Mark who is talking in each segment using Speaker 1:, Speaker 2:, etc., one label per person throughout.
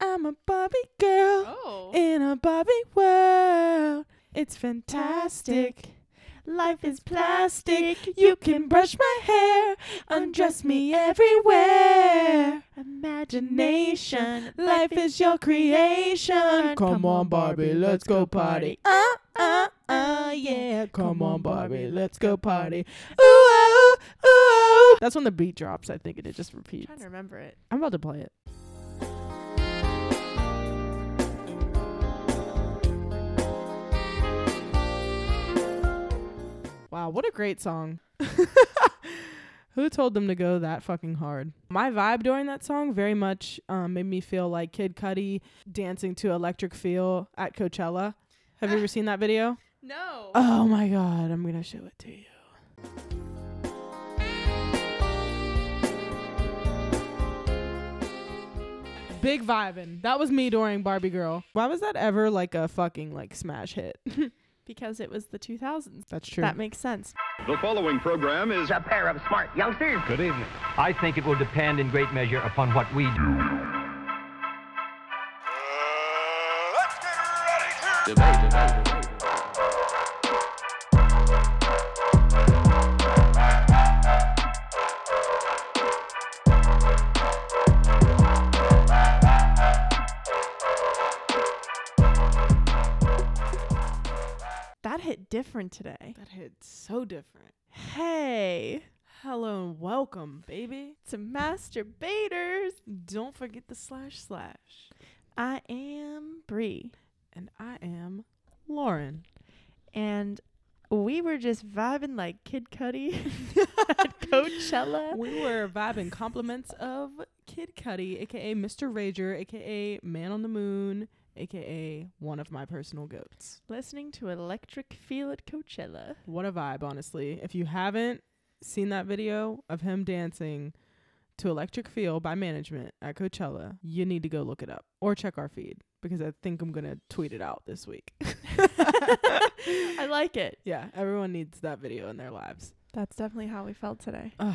Speaker 1: I'm a Barbie girl
Speaker 2: Oh.
Speaker 1: in a Barbie world. It's fantastic. Life is plastic. You can brush my hair, undress me everywhere. Imagination. Life is your creation. Come on, Barbie, let's go party. Uh, uh, uh, yeah. Come on, Barbie, let's go party. Ooh, oh, ooh, oh. That's when the beat drops, I think, and it just
Speaker 2: I'm
Speaker 1: repeats.
Speaker 2: trying to remember it.
Speaker 1: I'm about to play it. Wow, what a great song. Who told them to go that fucking hard? My vibe during that song very much um, made me feel like Kid Cudi dancing to Electric Feel at Coachella. Have you ever seen that video?
Speaker 2: No.
Speaker 1: Oh my god, I'm gonna show it to you. Big vibin'. That was me during Barbie Girl. Why was that ever like a fucking like smash hit?
Speaker 2: Because it was the 2000s.
Speaker 1: That's true.
Speaker 2: That makes sense.
Speaker 3: The following program is
Speaker 4: a pair of smart youngsters.
Speaker 5: Good evening. I think it will depend in great measure upon what we do.
Speaker 6: let's get ready to
Speaker 2: That hit different today.
Speaker 1: that hit so different.
Speaker 2: Hey,
Speaker 1: Hello and welcome, baby.
Speaker 2: to masturbators.
Speaker 1: Don't forget the slash slash.
Speaker 2: I am Bree.
Speaker 1: And I am Lauren.
Speaker 2: And we were just vibing like Kid Cudi at Coachella.
Speaker 1: we were vibing compliments of Kid Cudi, aka Mr. Rager, aka Man on the Moon, aka one of my personal goats.
Speaker 2: listening to Electric Feel at Coachella.
Speaker 1: What a vibe, honestly. If you haven't seen that video of him dancing to Electric Feel by Management at Coachella, you need to go look it up or check our feed because I think I'm going to tweet it out this week.
Speaker 2: I like it.
Speaker 1: yeah, everyone needs that video in their lives.
Speaker 2: That's definitely how we felt today.
Speaker 1: Ugh.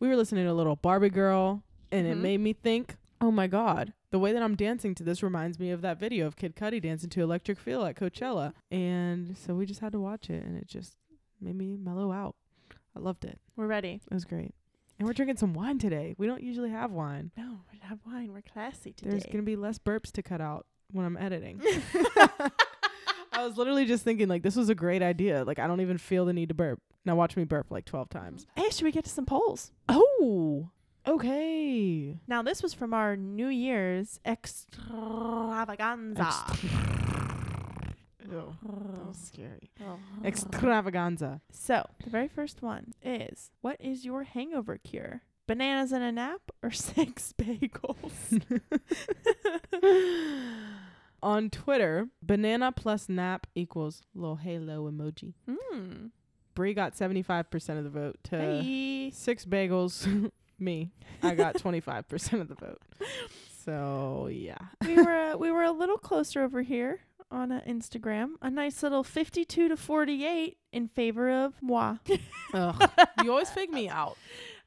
Speaker 1: we were listening to a little Barbie Girl, and
Speaker 2: Mhm.
Speaker 1: it made me think, oh my God, the way that I'm dancing to this reminds me of that video of Kid Cudi dancing to Electric Feel at Coachella. And so we just had to watch it, and it just made me mellow out. I loved it.
Speaker 2: We're ready.
Speaker 1: It was great. And we're drinking some wine today. We don't usually have wine.
Speaker 2: No, we don't have wine. We're classy today.
Speaker 1: There's going to be less burps to cut out when I'm editing. I was literally just thinking, like, this was a great idea. Like, I don't even feel the need to burp. Now watch me burp like 12 times.
Speaker 2: hey, should we get to some polls?
Speaker 1: Oh, okay.
Speaker 2: Now, this was from our New Year's extravaganza.
Speaker 1: Ew, that was scary.
Speaker 2: Oh.
Speaker 1: Extravaganza.
Speaker 2: so, the very first one is What is your hangover cure? Bananas and a nap or six bagels?
Speaker 1: On Twitter, banana plus nap equals little halo emoji.
Speaker 2: Hmm. Uh.
Speaker 1: Brie got 75% of the vote to
Speaker 2: Hey.
Speaker 1: six bagels. me, I got 25% of the vote. So, yeah.
Speaker 2: we were uh, we were a little closer over here on uh, Instagram. A nice little 52 to 48 in favor of moi.
Speaker 1: Ugh. You always fake me out.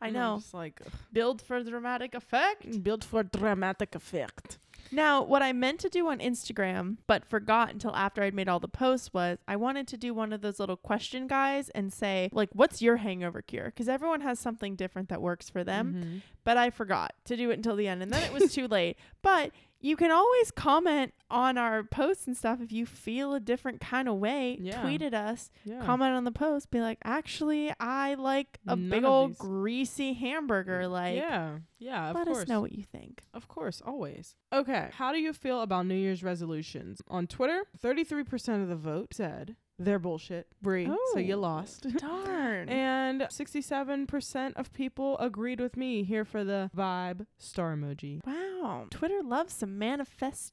Speaker 2: I
Speaker 1: And I'm
Speaker 2: know.
Speaker 1: Just like, ugh.
Speaker 2: Build for dramatic effect.
Speaker 1: built for dramatic effect.
Speaker 2: Now, what I meant to do on Instagram but forgot until after I'd made all the posts was I wanted to do one of those little question guys and say like what's your hangover cure? Because everyone has something different that works for them.
Speaker 1: Mm-hmm.
Speaker 2: but I forgot to do it until the end and then it was too late. But you can always comment on our posts and stuff if you feel a different kind of way.
Speaker 1: Yeah.
Speaker 2: Tweet at us,
Speaker 1: Yeah.
Speaker 2: comment on the post, be like, actually, I like a
Speaker 1: None
Speaker 2: big
Speaker 1: of
Speaker 2: old
Speaker 1: these.
Speaker 2: greasy hamburger. Like,
Speaker 1: yeah. Yeah. Of
Speaker 2: let
Speaker 1: course.
Speaker 2: us know what you think.
Speaker 1: Of course, always. Okay, how do you feel about New Year's resolutions? On Twitter, 33% of the vote said they're bullshit. Brie, so you
Speaker 2: Oh,
Speaker 1: lost.
Speaker 2: Darn.
Speaker 1: and 67% of people agreed with me here for the vibe star emoji.
Speaker 2: wow. Twitter loves some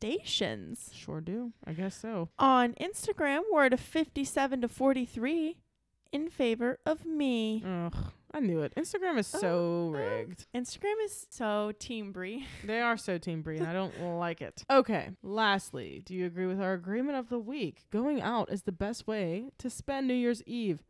Speaker 2: manifestations.
Speaker 1: Sure do. I guess so.
Speaker 2: On Instagram, we're at a 57 to 43 in favor of me.
Speaker 1: Ugh, I knew it. Instagram is so rigged.
Speaker 2: Instagram is so team Brie.
Speaker 1: They are so team Brie, and I don't like it. Okay. Lastly, do you agree with our agreement of the week? Going out is the best way to spend New Year's Eve.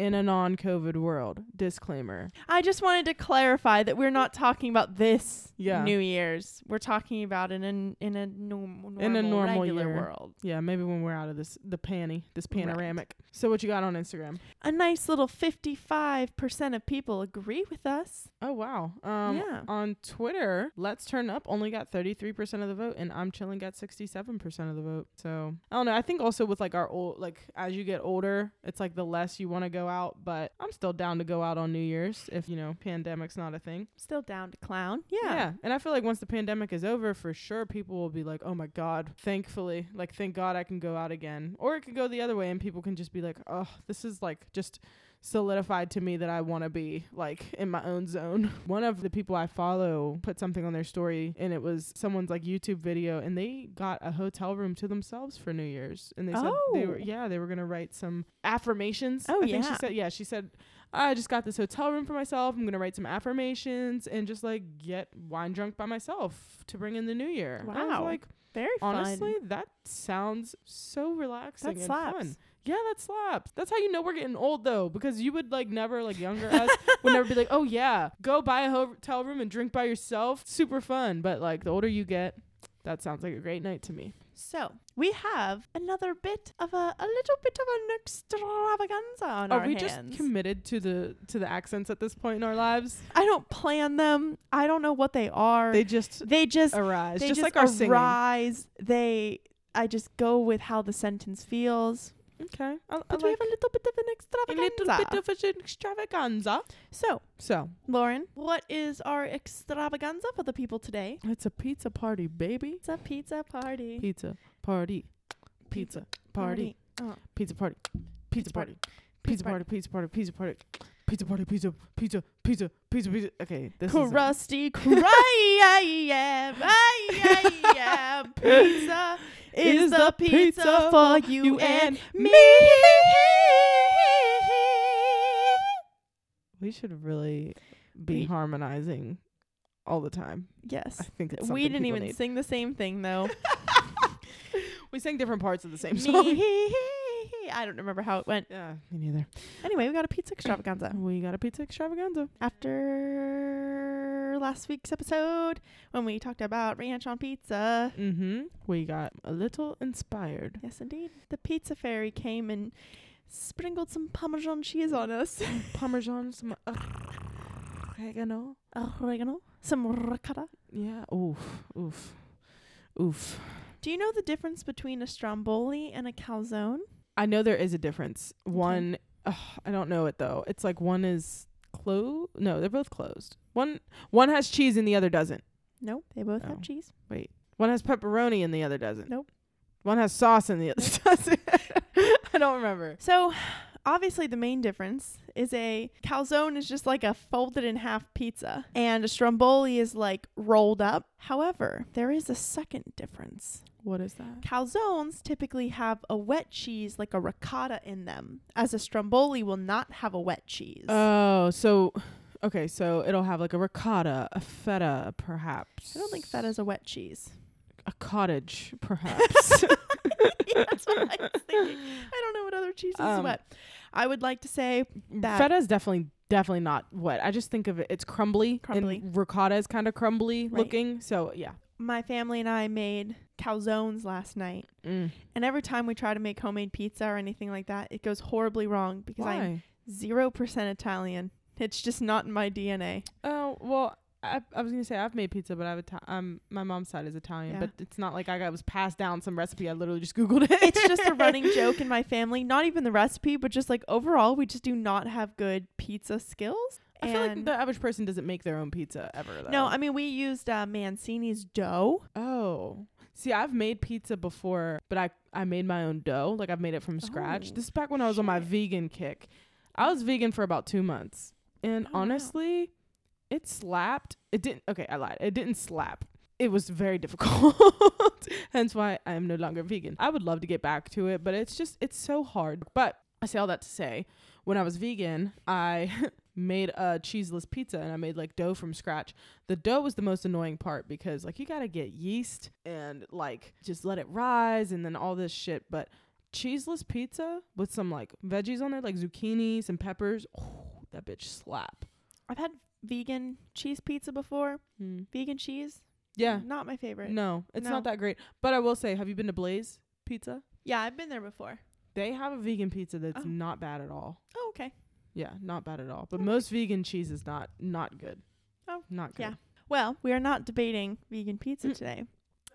Speaker 1: in a non COVID world. Disclaimer.
Speaker 2: I just wanted to clarify that we're not talking about this
Speaker 1: Yeah.
Speaker 2: New Year's. We're talking about in a in a norm, normal
Speaker 1: In a normal
Speaker 2: regular
Speaker 1: year.
Speaker 2: world.
Speaker 1: Yeah, maybe when we're out of this, the panty, this
Speaker 2: Right.
Speaker 1: panoramic. So, what you got on Instagram?
Speaker 2: A nice little fifty-five percent of people agree with us.
Speaker 1: Oh, wow. Um,
Speaker 2: Yeah.
Speaker 1: On Twitter, Let's Turn Up only got 33% of the vote, and I'm Chilling got 67% of the vote. So, I don't know. I think also with like our old, like as you get older, it's like the less you want to go out, but I'm still down to go out on New Year's if, you know, pandemic's not a thing.
Speaker 2: Still down to clown. Yeah.
Speaker 1: Yeah. And I feel like once the pandemic is over, for sure, people will be like, oh my God, thankfully, like, thank God I can go out again. Or it could go the other way and people can just be like, oh, this is like just solidified to me that I want to be like in my own zone. One of the people I follow put something on their story and it was someone's like YouTube video and they got a hotel room to themselves for New Year's. And they said they were,
Speaker 2: Oh.
Speaker 1: yeah, they were going to write some affirmations.
Speaker 2: Oh,
Speaker 1: I think she
Speaker 2: yeah.
Speaker 1: said, yeah, she said, I just got this hotel room for myself. I'm gonna write some affirmations and just like get wine drunk by myself to bring in the new year. I was
Speaker 2: Wow.
Speaker 1: like
Speaker 2: Very
Speaker 1: honestly,
Speaker 2: fun.
Speaker 1: that sounds so relaxing
Speaker 2: That
Speaker 1: and
Speaker 2: slaps.
Speaker 1: fun. Yeah, that slaps. That's how you know we're getting old though, because you would like never like younger us would never be like, oh yeah, go buy a hotel room and drink by yourself. Super fun. But like the older you get, that sounds like a great night to me.
Speaker 2: So we have another bit of a, a little bit of an extravaganza on
Speaker 1: Are
Speaker 2: our
Speaker 1: Oh, we
Speaker 2: hands.
Speaker 1: just committed to the to the accents at this point in our lives?
Speaker 2: I don't plan them. I don't know what they are.
Speaker 1: They just
Speaker 2: they just
Speaker 1: arise,
Speaker 2: they
Speaker 1: just, like our singing.
Speaker 2: arise. They I just go with how the sentence feels.
Speaker 1: Okay. I,
Speaker 2: But we have a little bit of an extravaganza.
Speaker 1: of an extravaganza.
Speaker 2: so,
Speaker 1: So
Speaker 2: Lauren, what is our extravaganza for the people today?
Speaker 1: it's a pizza party, baby.
Speaker 2: It's a pizza party.
Speaker 1: Pizza party. Pizza party.
Speaker 2: Oh.
Speaker 1: Pizza party. Pizza
Speaker 2: party.
Speaker 1: party. Pizza party. Pizza party. Pizza party. Pizza party. Pizza. Pizza. Pizza. Pizza. Pizza. Okay. This is a-
Speaker 2: Crusty cry yeah, yeah, yeah. Pizza is, the pizza, for you, and me.
Speaker 1: We should really be
Speaker 2: We-
Speaker 1: harmonizing all the time. I
Speaker 2: Yes.
Speaker 1: think it's
Speaker 2: We
Speaker 1: something
Speaker 2: didn't
Speaker 1: people
Speaker 2: even
Speaker 1: need.
Speaker 2: sing the same thing though.
Speaker 1: we sang different parts of the same song.
Speaker 2: me. I don't remember how it went.
Speaker 1: Yeah, me neither.
Speaker 2: Anyway, we got a pizza extravaganza.
Speaker 1: We got a pizza extravaganza.
Speaker 2: After last week's episode, when we talked about ranch on pizza.
Speaker 1: Mm-hmm. We got a little inspired.
Speaker 2: Yes, indeed. The pizza fairy came and sprinkled some Parmesan cheese on us.
Speaker 1: Parmesan, some oregano.
Speaker 2: Oregano. Some ricotta.
Speaker 1: Yeah. Oof. Oof. Oof.
Speaker 2: Do you know the difference between a stromboli and a calzone?
Speaker 1: I know there is a difference. One, ugh, I don't know it though. It's like one is closed. No, they're both closed. One one has cheese and the other doesn't.
Speaker 2: No, they both
Speaker 1: No.
Speaker 2: have cheese.
Speaker 1: One has pepperoni and the other doesn't.
Speaker 2: Nope.
Speaker 1: One has sauce and the other doesn't. I don't remember.
Speaker 2: So, obviously, the main difference is a calzone is just like a folded in half pizza, and a stromboli is like rolled up. However, there is a second difference.
Speaker 1: What is that?
Speaker 2: Calzones typically have a wet cheese, like a ricotta, in them, as a stromboli will not have a wet cheese.
Speaker 1: Oh, so okay, so it'll have like a ricotta, a feta, perhaps.
Speaker 2: I don't think feta is a wet cheese.
Speaker 1: a cottage, perhaps. Mm.
Speaker 2: Yeah, That's what I was thinking. I don't know what other cheese is
Speaker 1: Um,
Speaker 2: wet. I would like to say that
Speaker 1: Feta is definitely definitely not wet. I just think of it. It's crumbly.
Speaker 2: Crumbly.
Speaker 1: And ricotta is kind of crumbly
Speaker 2: Right.
Speaker 1: looking. So yeah.
Speaker 2: my family and I made calzones last night.
Speaker 1: Mm.
Speaker 2: And every time we try to make homemade pizza or anything like that, it goes horribly wrong because I'm
Speaker 1: Why?
Speaker 2: zero percent Italian. It's just not in my DNA.
Speaker 1: Oh well. I, I was gonna say I've made pizza, but I've Ita- um my mom's side is Italian,
Speaker 2: Yeah.
Speaker 1: but it's not like I got was passed down some recipe. I literally just googled it.
Speaker 2: It's just a running joke in my family. Not even the recipe, but just like overall, we just do not have good pizza skills.
Speaker 1: I feel like
Speaker 2: And
Speaker 1: the oh. average person doesn't make their own pizza ever. Though.
Speaker 2: no, I mean we used uh, Mancini's dough.
Speaker 1: Oh. See, I've made pizza before, but I I made my own dough. Like I've made it from scratch.
Speaker 2: Oh,
Speaker 1: this is back when I was on my
Speaker 2: shit.
Speaker 1: vegan kick. I was vegan for about 2 months. And
Speaker 2: Oh, wow.
Speaker 1: honestly, it slapped. It didn't Okay, I lied. It didn't slap. It was very difficult. Hence why I am no longer vegan. I would love to get back to it, but it's just it's so hard. But I say all that to say, when I was vegan, I made a cheeseless pizza and I made like dough from scratch. The dough was the most annoying part because like you got to get yeast and like just let it rise and then all this shit, but cheeseless pizza with some like veggies on it, like zucchini, some peppers. Oh, that bitch slap.
Speaker 2: I've had vegan cheese pizza before.
Speaker 1: Hmm.
Speaker 2: Vegan cheese,
Speaker 1: Yeah.
Speaker 2: not my favorite.
Speaker 1: No, it's
Speaker 2: No.
Speaker 1: not that great. But I will say, have you been to Blaze Pizza?
Speaker 2: Yeah, I've been there before.
Speaker 1: They have a vegan pizza that's
Speaker 2: Oh.
Speaker 1: not bad at all.
Speaker 2: Oh, okay.
Speaker 1: Yeah, not bad at all. But most vegan cheese is not not good.
Speaker 2: Oh,
Speaker 1: not good.
Speaker 2: yeah. Well, we are not debating vegan pizza
Speaker 1: Mm.
Speaker 2: today.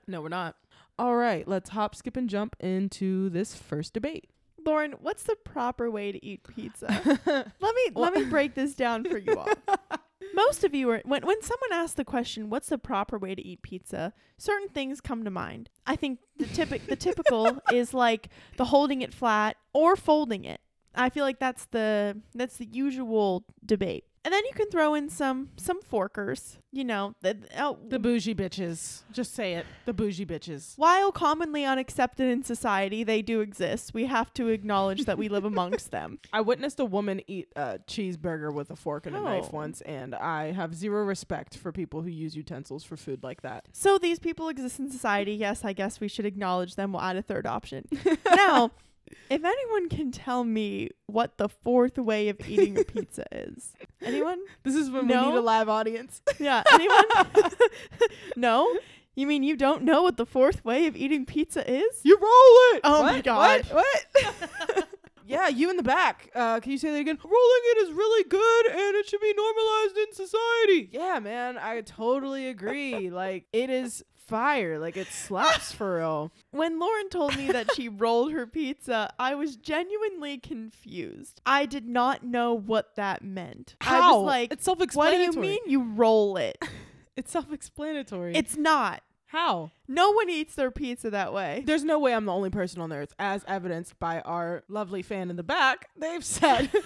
Speaker 1: No, we're not. All right, let's hop, skip, and jump into this first debate.
Speaker 2: Lauren, what's the proper way to eat pizza? let me let me break this down for you all. Most of you are when when someone asks the question, "What's the proper way to eat pizza?" Certain things come to mind. I think the typic the typical is like the holding it flat or folding it. I feel like that's the that's the usual debate. And then you can throw in some some forkers, you know, the, oh,
Speaker 1: The bougie bitches. Just say it. The bougie bitches.
Speaker 2: while commonly unaccepted in society, they do exist. We have to acknowledge that we live amongst them.
Speaker 1: I witnessed a woman eat a cheeseburger with a fork and a
Speaker 2: Oh.
Speaker 1: knife once, and I have zero respect for people who use utensils for food like that.
Speaker 2: So these people exist in society. Yes, I guess we should acknowledge them. We'll add a third option. now, if anyone can tell me what the fourth way of eating a pizza is, anyone?
Speaker 1: This is when
Speaker 2: No.
Speaker 1: we need a live audience.
Speaker 2: Yeah, anyone? no? You mean you don't know what the fourth way of eating pizza is?
Speaker 1: You roll it.
Speaker 2: Oh
Speaker 1: What?
Speaker 2: my God.
Speaker 1: What? What? yeah, you in the back. Uh, can you say that again? Rolling it is really good, and it should be normalized in society. Yeah, man, I totally agree. like it is fire. Like it slaps for real.
Speaker 2: When Lauren told me that she rolled her pizza, I was genuinely confused. I did not know what that meant. I
Speaker 1: How?
Speaker 2: was like,
Speaker 1: It's
Speaker 2: what do you
Speaker 1: self-explanatory.
Speaker 2: mean you roll it?
Speaker 1: It's self-explanatory.
Speaker 2: It's not.
Speaker 1: how.
Speaker 2: No one eats their pizza that way.
Speaker 1: There's no way I'm the only person on earth, as evidenced by our lovely fan in the back. They've said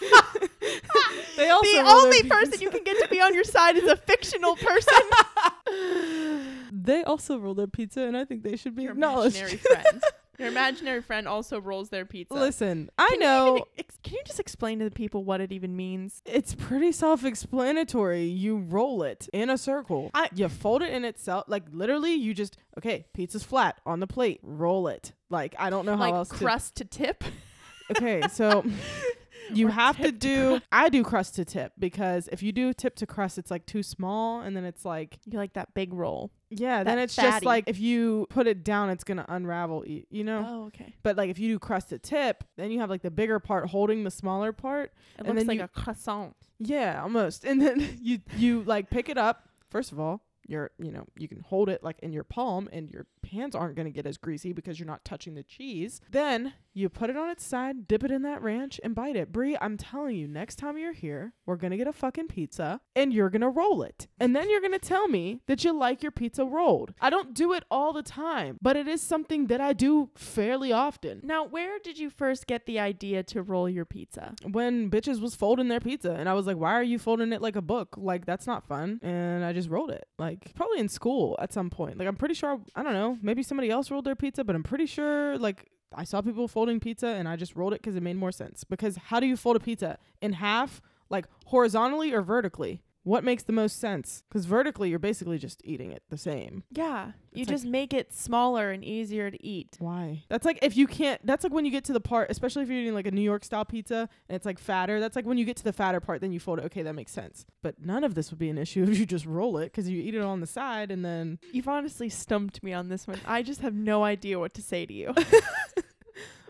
Speaker 1: they also
Speaker 2: the
Speaker 1: roll their
Speaker 2: only
Speaker 1: pizza.
Speaker 2: person you can get to be on your side is a fictional person.
Speaker 1: They also roll their pizza, and I think they should be
Speaker 2: Your
Speaker 1: acknowledged.
Speaker 2: imaginary friend. Your imaginary friend also rolls their pizza.
Speaker 1: Listen, I
Speaker 2: Can you
Speaker 1: know
Speaker 2: even ex- can you just explain to the people what it even means?
Speaker 1: it's pretty self-explanatory. You roll it in a circle.
Speaker 2: I-
Speaker 1: you fold it in itself. Like literally, you just okay. Pizza's flat on the plate. Roll it. Like I don't know how
Speaker 2: like
Speaker 1: else. to-
Speaker 2: crust to, tip.
Speaker 1: okay, so you
Speaker 2: Or
Speaker 1: have to
Speaker 2: tip to
Speaker 1: do. I do crust to tip because if you do tip to crust, it's like too small, and then it's like
Speaker 2: You like that big roll?
Speaker 1: yeah. Then
Speaker 2: That
Speaker 1: it's just
Speaker 2: fatty.
Speaker 1: like if you put it down, it's gonna unravel. You, you know.
Speaker 2: Oh, okay.
Speaker 1: But like if you do crust to tip, then you have like the bigger part holding the smaller part.
Speaker 2: It
Speaker 1: And
Speaker 2: looks
Speaker 1: then
Speaker 2: like
Speaker 1: you-
Speaker 2: a croissant.
Speaker 1: Yeah, almost. And then you you like pick it up. First of all, you're you know you can hold it like in your palm, and your hands aren't gonna get as greasy because you're not touching the cheese. Then you put it on its side, dip it in that ranch, and bite it. Brie, I'm telling you, next time you're here, we're gonna get a fucking pizza, and you're gonna roll it, and then you're gonna tell me that you like your pizza rolled. I don't do it all the time, but it is something that I do fairly often.
Speaker 2: Now, where did you first get the idea to roll your pizza?
Speaker 1: when bitches was folding their pizza and I was like, why are you folding it like a book? Like that's not fun. And I just rolled it. Like probably in school at some point. Like I'm pretty sure I don't know, maybe somebody else rolled their pizza, but I'm pretty sure like I saw people folding pizza and I just rolled it cuz it made more sense. Because how do you fold a pizza? In half, like horizontally or vertically? What makes the most sense? Cuz vertically you're basically just eating it the same.
Speaker 2: Yeah, you
Speaker 1: It's like-
Speaker 2: just make it smaller and easier to eat.
Speaker 1: Why? That's like if you can't. That's like when you get to the part, especially if you're eating like a New York style pizza and it's like fatter. That's like when you get to the fatter part, then you fold it. Okay, that makes sense. But none of this would be an issue if you just roll it because you eat it on the side and then.
Speaker 2: You've honestly stumped me on this one. I just have no idea what to say to you.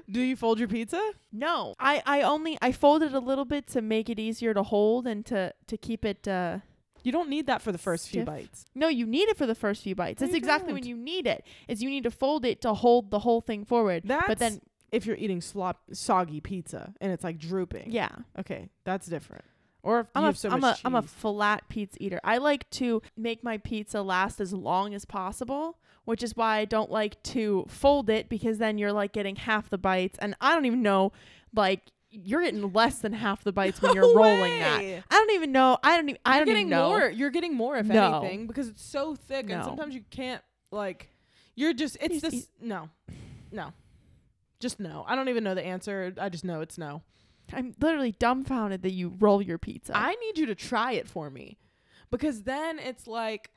Speaker 1: Do you fold your pizza?
Speaker 2: No, I I only I folded a little bit to make it easier to hold and to to keep it. Uh,
Speaker 1: You don't need that for the first few
Speaker 2: Stiff.
Speaker 1: bites.
Speaker 2: no, you need it for the first few bites.
Speaker 1: No,
Speaker 2: That's
Speaker 1: you
Speaker 2: exactly when
Speaker 1: don't.
Speaker 2: you need it. Is you need to fold it to hold the whole thing forward.
Speaker 1: That's
Speaker 2: but then
Speaker 1: if you're eating slop soggy pizza and it's like drooping.
Speaker 2: yeah,
Speaker 1: Okay, that's different. Or if
Speaker 2: I'm
Speaker 1: you
Speaker 2: a
Speaker 1: have so
Speaker 2: am a
Speaker 1: much
Speaker 2: am a
Speaker 1: cheese.
Speaker 2: flat pizza eater. I like to make my pizza last as long as possible, which is why I don't like to fold it because then you're like getting half the bites, and I don't even know, like. You're getting less than half the bites when
Speaker 1: No
Speaker 2: you're rolling that.
Speaker 1: way.
Speaker 2: I don't even know. I don't even. I
Speaker 1: You're
Speaker 2: don't
Speaker 1: getting
Speaker 2: even know.
Speaker 1: more. You're getting more if
Speaker 2: No.
Speaker 1: anything because it's so thick
Speaker 2: No. e-,
Speaker 1: and sometimes you can't like you're just it's
Speaker 2: Just
Speaker 1: this
Speaker 2: eat-
Speaker 1: no. No. Just no. I don't even know the answer. I just know it's no.
Speaker 2: I'm literally dumbfounded that you roll your pizza.
Speaker 1: I need you to try it for me. Because then it's like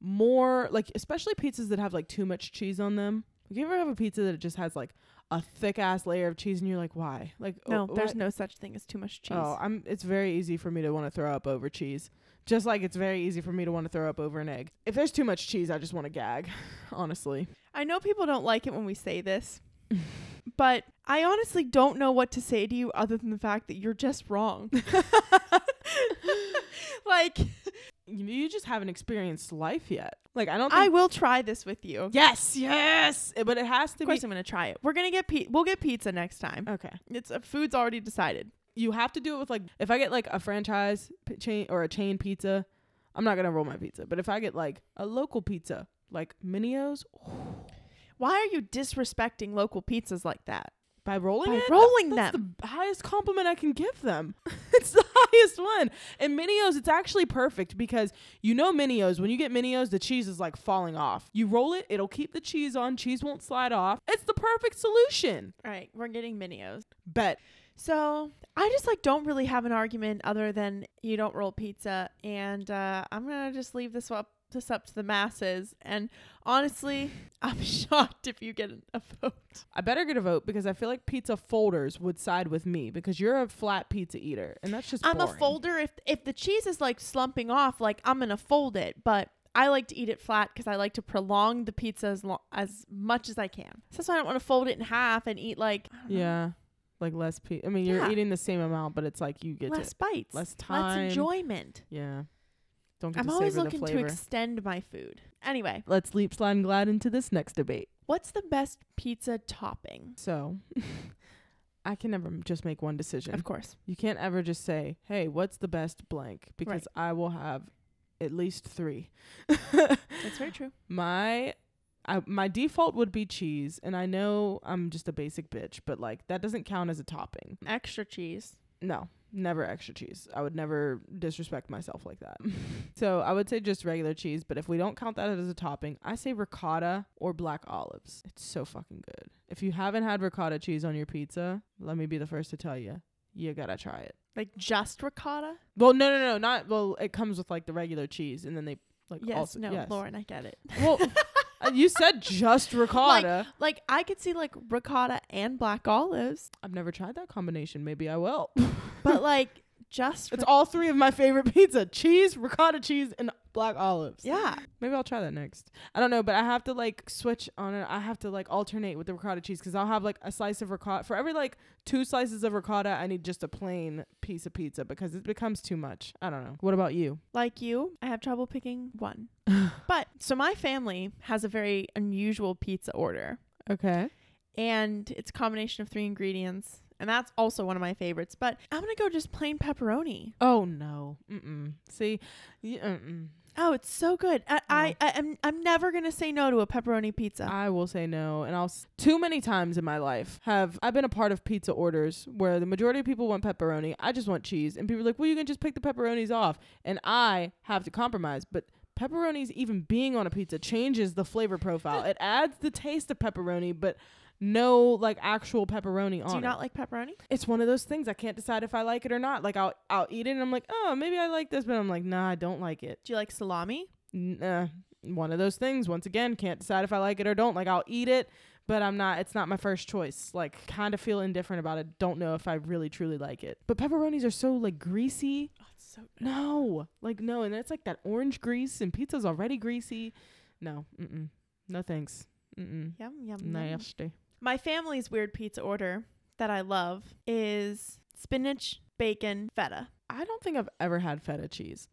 Speaker 1: more like especially pizzas that have like too much cheese on them. Like, you ever have a pizza that just has like a thick ass layer of cheese, and you're like, why? Like,
Speaker 2: No,
Speaker 1: oh,
Speaker 2: there's
Speaker 1: what?
Speaker 2: no such thing as too much cheese.
Speaker 1: Oh, I'm. It's very easy for me to want to throw up over cheese. Just like it's very easy for me to want to throw up over an egg. If there's too much cheese, I just want to gag. Honestly,
Speaker 2: I know people don't like it when we say this, but I honestly don't know what to say to you other than the fact that you're just wrong. like,
Speaker 1: you, you just haven't experienced life yet. Like I don't. Think
Speaker 2: I will try this with you.
Speaker 1: yes, yes, It- but it has to
Speaker 2: Of course,
Speaker 1: be.
Speaker 2: I'm gonna try it. We're gonna get pe- we'll get pizza next time.
Speaker 1: Okay.
Speaker 2: It's uh, food's already decided.
Speaker 1: you have to do it with like if I get like a franchise p- chain or a chain pizza, I'm not gonna roll my pizza. But if I get like a local pizza, like Minio's,
Speaker 2: Why are you disrespecting local pizzas like that?
Speaker 1: by rolling
Speaker 2: By
Speaker 1: it,
Speaker 2: rolling
Speaker 1: that's the highest compliment I can give them. it's the highest one. And Minio's, it's actually perfect because you know Minio's. When you get Minio's, the cheese is like falling off. You roll it, it'll keep the cheese on. Cheese won't slide off. It's the perfect solution.
Speaker 2: All right, we're getting minios.
Speaker 1: Bet
Speaker 2: So I just like don't really have an argument other than you don't roll pizza, and uh, I'm gonna just leave this up this up to the masses. And honestly, I'm shocked if you get a vote.
Speaker 1: I better get a vote because I feel like pizza folders would side with me because you're a flat pizza eater and that's just
Speaker 2: I'm a
Speaker 1: boring.
Speaker 2: folder. If if the cheese is like slumping off, like I'm gonna fold it, but. I like to eat it flat because I like to prolong the pizza as, lo- as much as I can. So that's why I don't want to fold it in half and eat like I don't know,
Speaker 1: Yeah. Like less pe- I mean, you're
Speaker 2: Yeah.
Speaker 1: eating the same amount, but it's like you get
Speaker 2: less
Speaker 1: to
Speaker 2: bites,
Speaker 1: less time.
Speaker 2: less enjoyment.
Speaker 1: Yeah. Don't get
Speaker 2: I'm
Speaker 1: to
Speaker 2: always
Speaker 1: savor
Speaker 2: looking
Speaker 1: the
Speaker 2: to
Speaker 1: flavor.
Speaker 2: extend my food. Anyway,
Speaker 1: Let's leap, slide, and glide into this next debate.
Speaker 2: What's the best pizza topping?
Speaker 1: So, I can never m- just make one decision.
Speaker 2: Of course.
Speaker 1: You can't ever just say, "Hey, what's the best blank?" Because I will have at least three.
Speaker 2: That's very true.
Speaker 1: my I, my default would be cheese, and I know I'm just a basic bitch, but like that doesn't count as a topping.
Speaker 2: Extra cheese.
Speaker 1: No, never extra cheese. I would never disrespect myself like that. so I would say just regular cheese, but if we don't count that as a topping, I say ricotta or black olives. It's so fucking good. If you haven't had ricotta cheese on your pizza, let me be the first to tell you, you gotta try it.
Speaker 2: Like just ricotta?
Speaker 1: Well, no, no, no, not well. It comes with like the regular cheese, and then they like
Speaker 2: Yes,
Speaker 1: also
Speaker 2: no,
Speaker 1: yes.
Speaker 2: Lauren, I get it.
Speaker 1: Well, uh, you said just ricotta.
Speaker 2: Like I could see like ricotta and black olives,
Speaker 1: I've never tried that combination. Maybe I will.
Speaker 2: but like just
Speaker 1: it's
Speaker 2: ric-
Speaker 1: all three of my favorite pizza: cheese, ricotta cheese, and black olives.
Speaker 2: yeah.
Speaker 1: Maybe I'll try that next. I don't know, but I have to like switch on it. I have to like alternate with the ricotta cheese because I'll have like a slice of ricotta for every like two slices of ricotta. I need just a plain piece of pizza because it becomes too much. I don't know. What about you?
Speaker 2: Like you, I have trouble picking one. but so my family has a very unusual pizza order.
Speaker 1: Okay.
Speaker 2: and it's a combination of three ingredients. And that's also one of my favorites. But I'm gonna go just plain pepperoni.
Speaker 1: Oh no. Mm-mm. See. Y- Mm-mm.
Speaker 2: Oh, it's so good. I, I, I I'm I'm never gonna say no to a pepperoni pizza.
Speaker 1: I will say no, and I'll s- too many times in my life have I've been a part of pizza orders where the majority of people want pepperoni. I just want cheese, and people are like, "Well, you can just pick the pepperonis off," and I have to compromise, but. Pepperonis even being on a pizza changes the flavor profile. It adds the taste of pepperoni, but no like actual pepperoni on
Speaker 2: Do you
Speaker 1: it.
Speaker 2: not like pepperoni?
Speaker 1: it's one of those things I can't decide if I like it or not. Like I'll I'll eat it and I'm like, oh maybe I like this, but I'm like, nah, I don't like it.
Speaker 2: Do you like salami?
Speaker 1: Nah, uh, one of those things. Once again, can't decide if I like it or don't. Like I'll eat it, but I'm not. It's not my first choice. Like kind of feel indifferent about it. Don't know if I really truly like it. But pepperonis are so like greasy.
Speaker 2: Oh, it's so
Speaker 1: No, like no, and it's like that orange grease, and pizza's already greasy. No, mm-mm. no thanks. Mm-mm.
Speaker 2: yum yum.
Speaker 1: Mm-hmm.
Speaker 2: yum.
Speaker 1: Nasty.
Speaker 2: My family's weird pizza order that I love is spinach, bacon, feta.
Speaker 1: I don't think I've ever had feta cheese.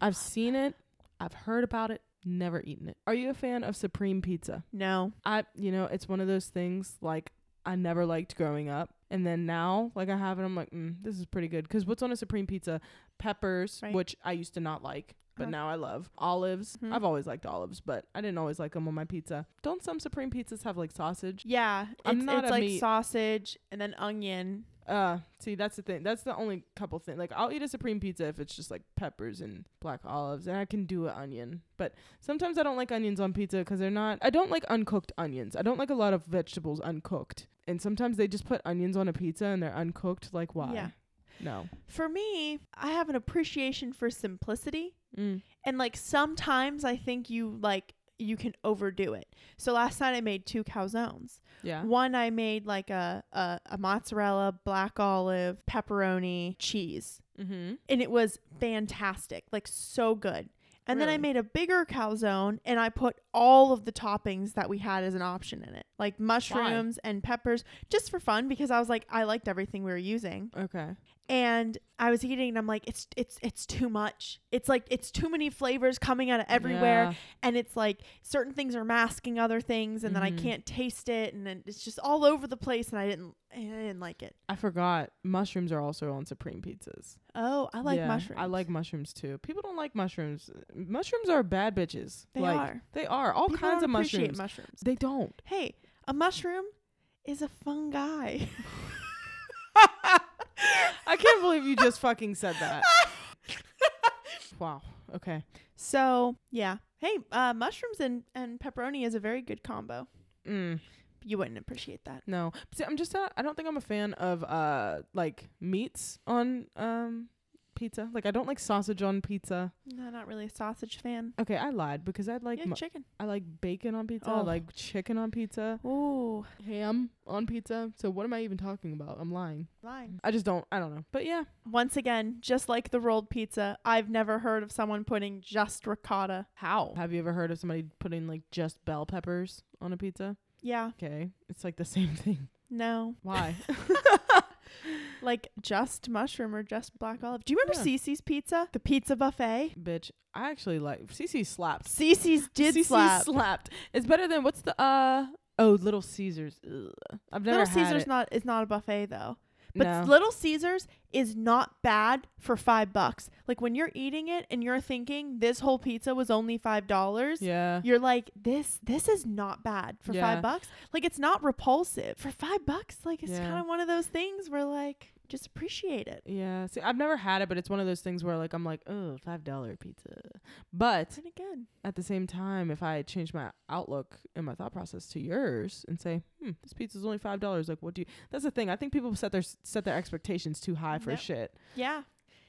Speaker 1: I've seen it. I've heard about it. Never eaten it. Are you a fan of Supreme Pizza?
Speaker 2: No,
Speaker 1: I you know, it's one of those things like I never liked growing up and then now like I have it I'm like, mm, this is pretty good cuz what's on a supreme pizza? Peppers,
Speaker 2: Right.
Speaker 1: which I used to not like, but
Speaker 2: Uh-huh.
Speaker 1: now I love. Olives.
Speaker 2: Mhm.
Speaker 1: I've always liked olives, but I didn't always like them on my pizza. Don't some supreme pizzas have like sausage?
Speaker 2: yeah, it's,
Speaker 1: I'm not
Speaker 2: it's
Speaker 1: a
Speaker 2: like
Speaker 1: meat-
Speaker 2: sausage and then onion.
Speaker 1: Uh, see, that's the thing. That's the only couple thing. Like, I'll eat a supreme pizza if it's just like peppers and black olives, and I can do an onion. But sometimes I don't like onions on pizza 'cause they're not. I don't like uncooked onions. I don't like a lot of vegetables uncooked. And sometimes they just put onions on a pizza and they're uncooked. Like, why?
Speaker 2: Yeah.
Speaker 1: No.
Speaker 2: For me, I have an appreciation for simplicity.
Speaker 1: Mm.
Speaker 2: and like sometimes i think you like you can overdo it. So last night I made two calzones.
Speaker 1: Yeah.
Speaker 2: One I made like a, a a mozzarella, black olive, pepperoni, cheese,
Speaker 1: Mm-hmm.
Speaker 2: and it was fantastic, like so good. And then I
Speaker 1: Really?
Speaker 2: made a bigger calzone and I put all of the toppings that we had as an option in it, like mushrooms and peppers, just for fun because I was like I liked everything we were using
Speaker 1: Okay.
Speaker 2: and I was eating and I'm like it's it's it's too much. It's like it's too many flavors coming out of everywhere
Speaker 1: Yeah.
Speaker 2: and it's like certain things are masking other things and then I
Speaker 1: Mhm.
Speaker 2: can't taste it and then it's just all over the place and I didn't I didn't like it.
Speaker 1: I forgot. Mushrooms are also on supreme pizzas.
Speaker 2: Oh, I like
Speaker 1: Yeah,
Speaker 2: mushrooms.
Speaker 1: I like mushrooms too. People don't like mushrooms. Mushrooms are bad bitches.
Speaker 2: They
Speaker 1: Like,
Speaker 2: are.
Speaker 1: They are all
Speaker 2: People
Speaker 1: kinds
Speaker 2: don't
Speaker 1: of
Speaker 2: appreciate
Speaker 1: mushrooms.
Speaker 2: mushrooms.
Speaker 1: They don't.
Speaker 2: Hey, a mushroom is a fungi.
Speaker 1: I can't believe you just fucking said that. Wow. Okay.
Speaker 2: so, yeah. Hey, uh, mushrooms and, and pepperoni is a very good combo.
Speaker 1: Mm.
Speaker 2: You wouldn't appreciate that.
Speaker 1: No. See, I'm just not, I don't think I'm a fan of uh like meats on um pizza. Like I don't like sausage on pizza.
Speaker 2: No, not really a sausage fan.
Speaker 1: Okay, I lied because I like
Speaker 2: yeah,
Speaker 1: mu-
Speaker 2: chicken.
Speaker 1: I like bacon on pizza. I
Speaker 2: Oh.
Speaker 1: like chicken on pizza.
Speaker 2: Ooh,
Speaker 1: Ham on pizza. So what am I even talking about? I'm lying.
Speaker 2: lying.
Speaker 1: I just don't I don't know. But yeah.
Speaker 2: Once again, just like the rolled pizza, I've never heard of someone putting just ricotta. How?
Speaker 1: Have you ever heard of somebody putting like just bell peppers on a pizza?
Speaker 2: Yeah,
Speaker 1: Okay. It's like the same thing.
Speaker 2: no.
Speaker 1: Why?
Speaker 2: Like just mushroom or just black olive. Do you remember
Speaker 1: Yeah.
Speaker 2: Cece's Pizza? The pizza buffet?
Speaker 1: Bitch, I actually like CC slaps.
Speaker 2: Cece's did
Speaker 1: CC
Speaker 2: slap.
Speaker 1: slapped. It's better than what's the uh oh Little Caesars. Ugh. I've never
Speaker 2: Little
Speaker 1: had
Speaker 2: Caesar's
Speaker 1: it.
Speaker 2: not is not a buffet though. But
Speaker 1: No.
Speaker 2: Little Caesars is not bad for five bucks. Like when you're eating it and you're thinking this whole pizza was only five dollars.
Speaker 1: yeah.
Speaker 2: You're like this. This is not bad for
Speaker 1: Yeah.
Speaker 2: five bucks. Like it's not repulsive for five bucks. Like it's
Speaker 1: Yeah.
Speaker 2: kind of one of those things where like just appreciate it.
Speaker 1: Yeah. See, I've never had it, but it's one of those things where like I'm like, oh, five dollar pizza. But
Speaker 2: And again,
Speaker 1: at the same time, if I change my outlook and my thought process to yours and say, hmm, this pizza's only five dollars, like what do you that's the thing. I think people set their set their expectations too high for
Speaker 2: Yep.
Speaker 1: shit.
Speaker 2: yeah.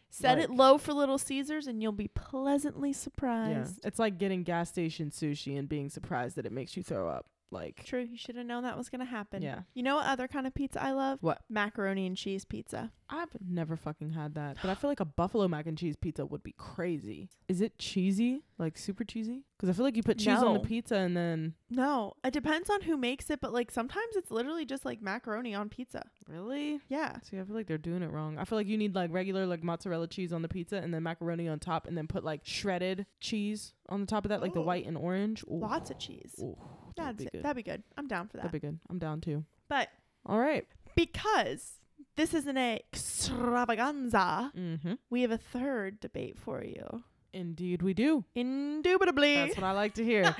Speaker 2: Set it
Speaker 1: Like-
Speaker 2: low for Little Caesars, and you'll be pleasantly
Speaker 1: Yeah.
Speaker 2: surprised.
Speaker 1: It's like getting gas station sushi and being surprised that it makes you throw up. Like
Speaker 2: True. You should have known that was gonna happen.
Speaker 1: Yeah.
Speaker 2: You know what other kind of pizza I love?
Speaker 1: What?
Speaker 2: Macaroni and cheese pizza.
Speaker 1: I've never fucking had that, but I feel like a buffalo mac and cheese pizza would be crazy. Is it cheesy? Like super cheesy? Because I feel like you put cheese on the
Speaker 2: No.
Speaker 1: pizza and then
Speaker 2: No, it depends on who makes it, but like sometimes it's literally just like macaroni on pizza.
Speaker 1: really.
Speaker 2: Yeah.
Speaker 1: See, I feel like they're doing it wrong. I feel like you need like regular like mozzarella cheese on the pizza and then macaroni on top and then put like shredded cheese on the top of that, like the
Speaker 2: Ooh.
Speaker 1: white and orange. Ooh.
Speaker 2: Lots of cheese.
Speaker 1: Ooh, that'd
Speaker 2: That's
Speaker 1: be
Speaker 2: it.
Speaker 1: good.
Speaker 2: That'd be good. I'm down for that.
Speaker 1: That'd be good. I'm down too.
Speaker 2: but
Speaker 1: All right.
Speaker 2: because this is an extravaganza,
Speaker 1: Mm-hmm.
Speaker 2: we have a third debate for you.
Speaker 1: Indeed, we do.
Speaker 2: Indubitably.
Speaker 1: That's what I like to hear.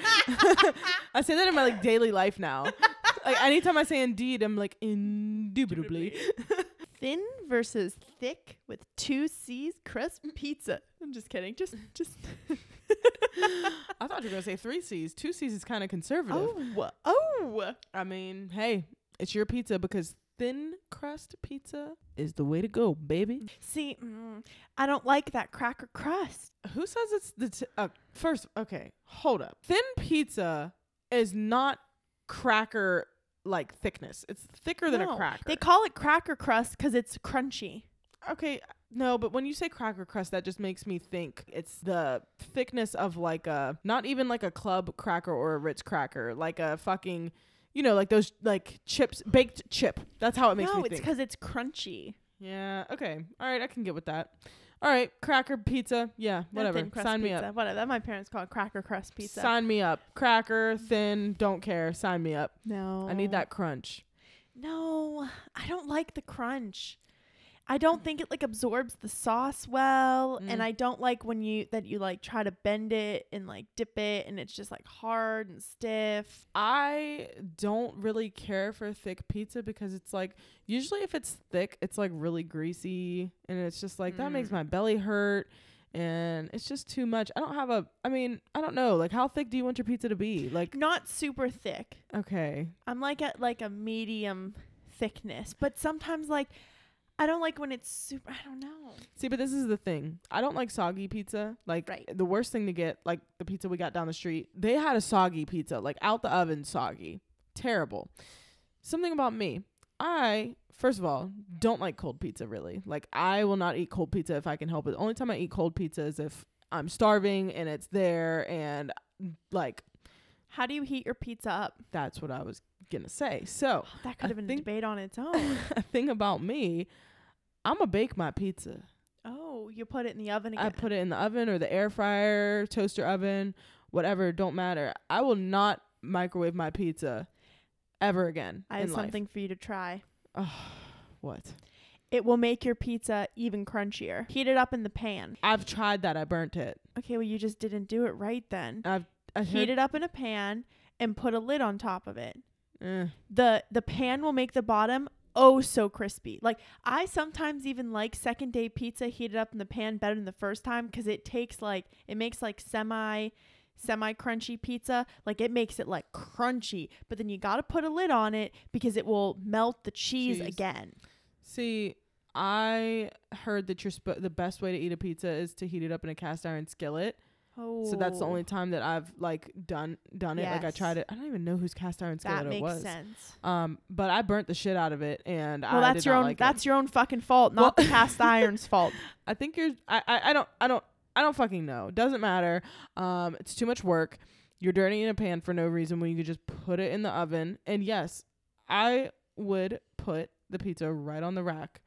Speaker 1: I say that in my like daily life now. Like anytime I say indeed, I'm like indubitably.
Speaker 2: Thin versus thick with two C's crisp pizza. I'm just kidding. Just just
Speaker 1: I thought you were gonna say three C's. Two C's is kind of conservative.
Speaker 2: Oh. Oh.
Speaker 1: I mean, hey, it's your pizza because thin crust pizza is the way to go, baby.
Speaker 2: See, mm, I don't like that cracker crust.
Speaker 1: Who says it's the t- uh, first? Okay, hold up. Thin pizza is not cracker like thickness. It's thicker than a
Speaker 2: No,
Speaker 1: cracker.
Speaker 2: They call it cracker crust 'cause it's crunchy.
Speaker 1: okay, uh, no, but when you say cracker crust, that just makes me think it's the thickness of like a not even like a club cracker or a Ritz cracker, like a fucking. You know, like those like chips, baked chip. That's how it makes
Speaker 2: no,
Speaker 1: me
Speaker 2: it's
Speaker 1: think.
Speaker 2: 'cause it's crunchy.
Speaker 1: Yeah. Okay. All right. I can get with that. All right. Cracker pizza. Yeah.
Speaker 2: Not
Speaker 1: Whatever.
Speaker 2: Thin crust
Speaker 1: Sign me
Speaker 2: pizza.
Speaker 1: up.
Speaker 2: Whatever. That my parents call it cracker crust pizza.
Speaker 1: Sign me up. Cracker thin. Don't care. Sign me up.
Speaker 2: no.
Speaker 1: I need that crunch.
Speaker 2: No, I don't like the crunch. I don't think it like absorbs the sauce well,
Speaker 1: Mm.
Speaker 2: and I don't like when you that you like try to bend it and like dip it, and it's just like hard and stiff.
Speaker 1: I don't really care for thick pizza because it's like usually if it's thick, it's like really greasy and it's just like that makes my belly hurt and it's just too much. I don't have a. I mean, I don't know. Like, how thick do you want your pizza to be? Like,
Speaker 2: Not super thick.
Speaker 1: okay.
Speaker 2: I'm like at like a medium thickness, but sometimes like I don't like when it's super. I don't know.
Speaker 1: See, but this is the thing. I don't like soggy pizza. Like
Speaker 2: Right.
Speaker 1: the worst thing to get, like the pizza we got down the street, they had a soggy pizza, like out the oven soggy. Terrible. Something about me. I, first of all, don't like cold pizza really. Like I will not eat cold pizza if I can help it. The only time I eat cold pizza is if I'm starving and it's there and like
Speaker 2: How do you heat your pizza up?
Speaker 1: that's what I was gonna say. So
Speaker 2: That
Speaker 1: I
Speaker 2: could have been a
Speaker 1: think-
Speaker 2: debate on its own.
Speaker 1: a thing about me, I'ma bake my pizza.
Speaker 2: oh, you put it in the oven again.
Speaker 1: I put it in the oven or the air fryer, toaster oven, whatever, don't matter. I will not microwave my pizza ever again.
Speaker 2: I
Speaker 1: in
Speaker 2: have
Speaker 1: life.
Speaker 2: something for you to try.
Speaker 1: What?
Speaker 2: It will make your pizza even crunchier. Heat it up in the pan.
Speaker 1: I've tried that. I burnt it.
Speaker 2: Okay, well you just didn't do it right then.
Speaker 1: I've I
Speaker 2: Heat it up in a pan and put a lid on top of it.
Speaker 1: Eh.
Speaker 2: the the pan will make the bottom oh so crispy. Like I sometimes even like second day pizza heated up in the pan better than the first time because it takes like it makes like semi semi crunchy pizza like it makes it like crunchy but then you got to put a lid on it because it will melt the cheese,
Speaker 1: Cheese.
Speaker 2: again
Speaker 1: See, I heard that you're sp- the best way to eat a pizza is to heat it up in a cast iron skillet.
Speaker 2: oh
Speaker 1: So that's the only time that I've like done done it. Like I
Speaker 2: Yes.
Speaker 1: tried it. I don't even know whose cast iron skillet
Speaker 2: that
Speaker 1: it
Speaker 2: makes
Speaker 1: was.
Speaker 2: sense
Speaker 1: Um, but I burnt the shit out of it, and
Speaker 2: well
Speaker 1: I
Speaker 2: that's
Speaker 1: did
Speaker 2: your
Speaker 1: not
Speaker 2: own
Speaker 1: like it.
Speaker 2: that's your own fucking fault not the cast iron's fault
Speaker 1: I think you're. I, I. I don't. I don't. I don't fucking know. Doesn't matter. Um, it's too much work. You're dirtying a pan for no reason when you could just put it in the oven. And yes, I would put the pizza right on the rack.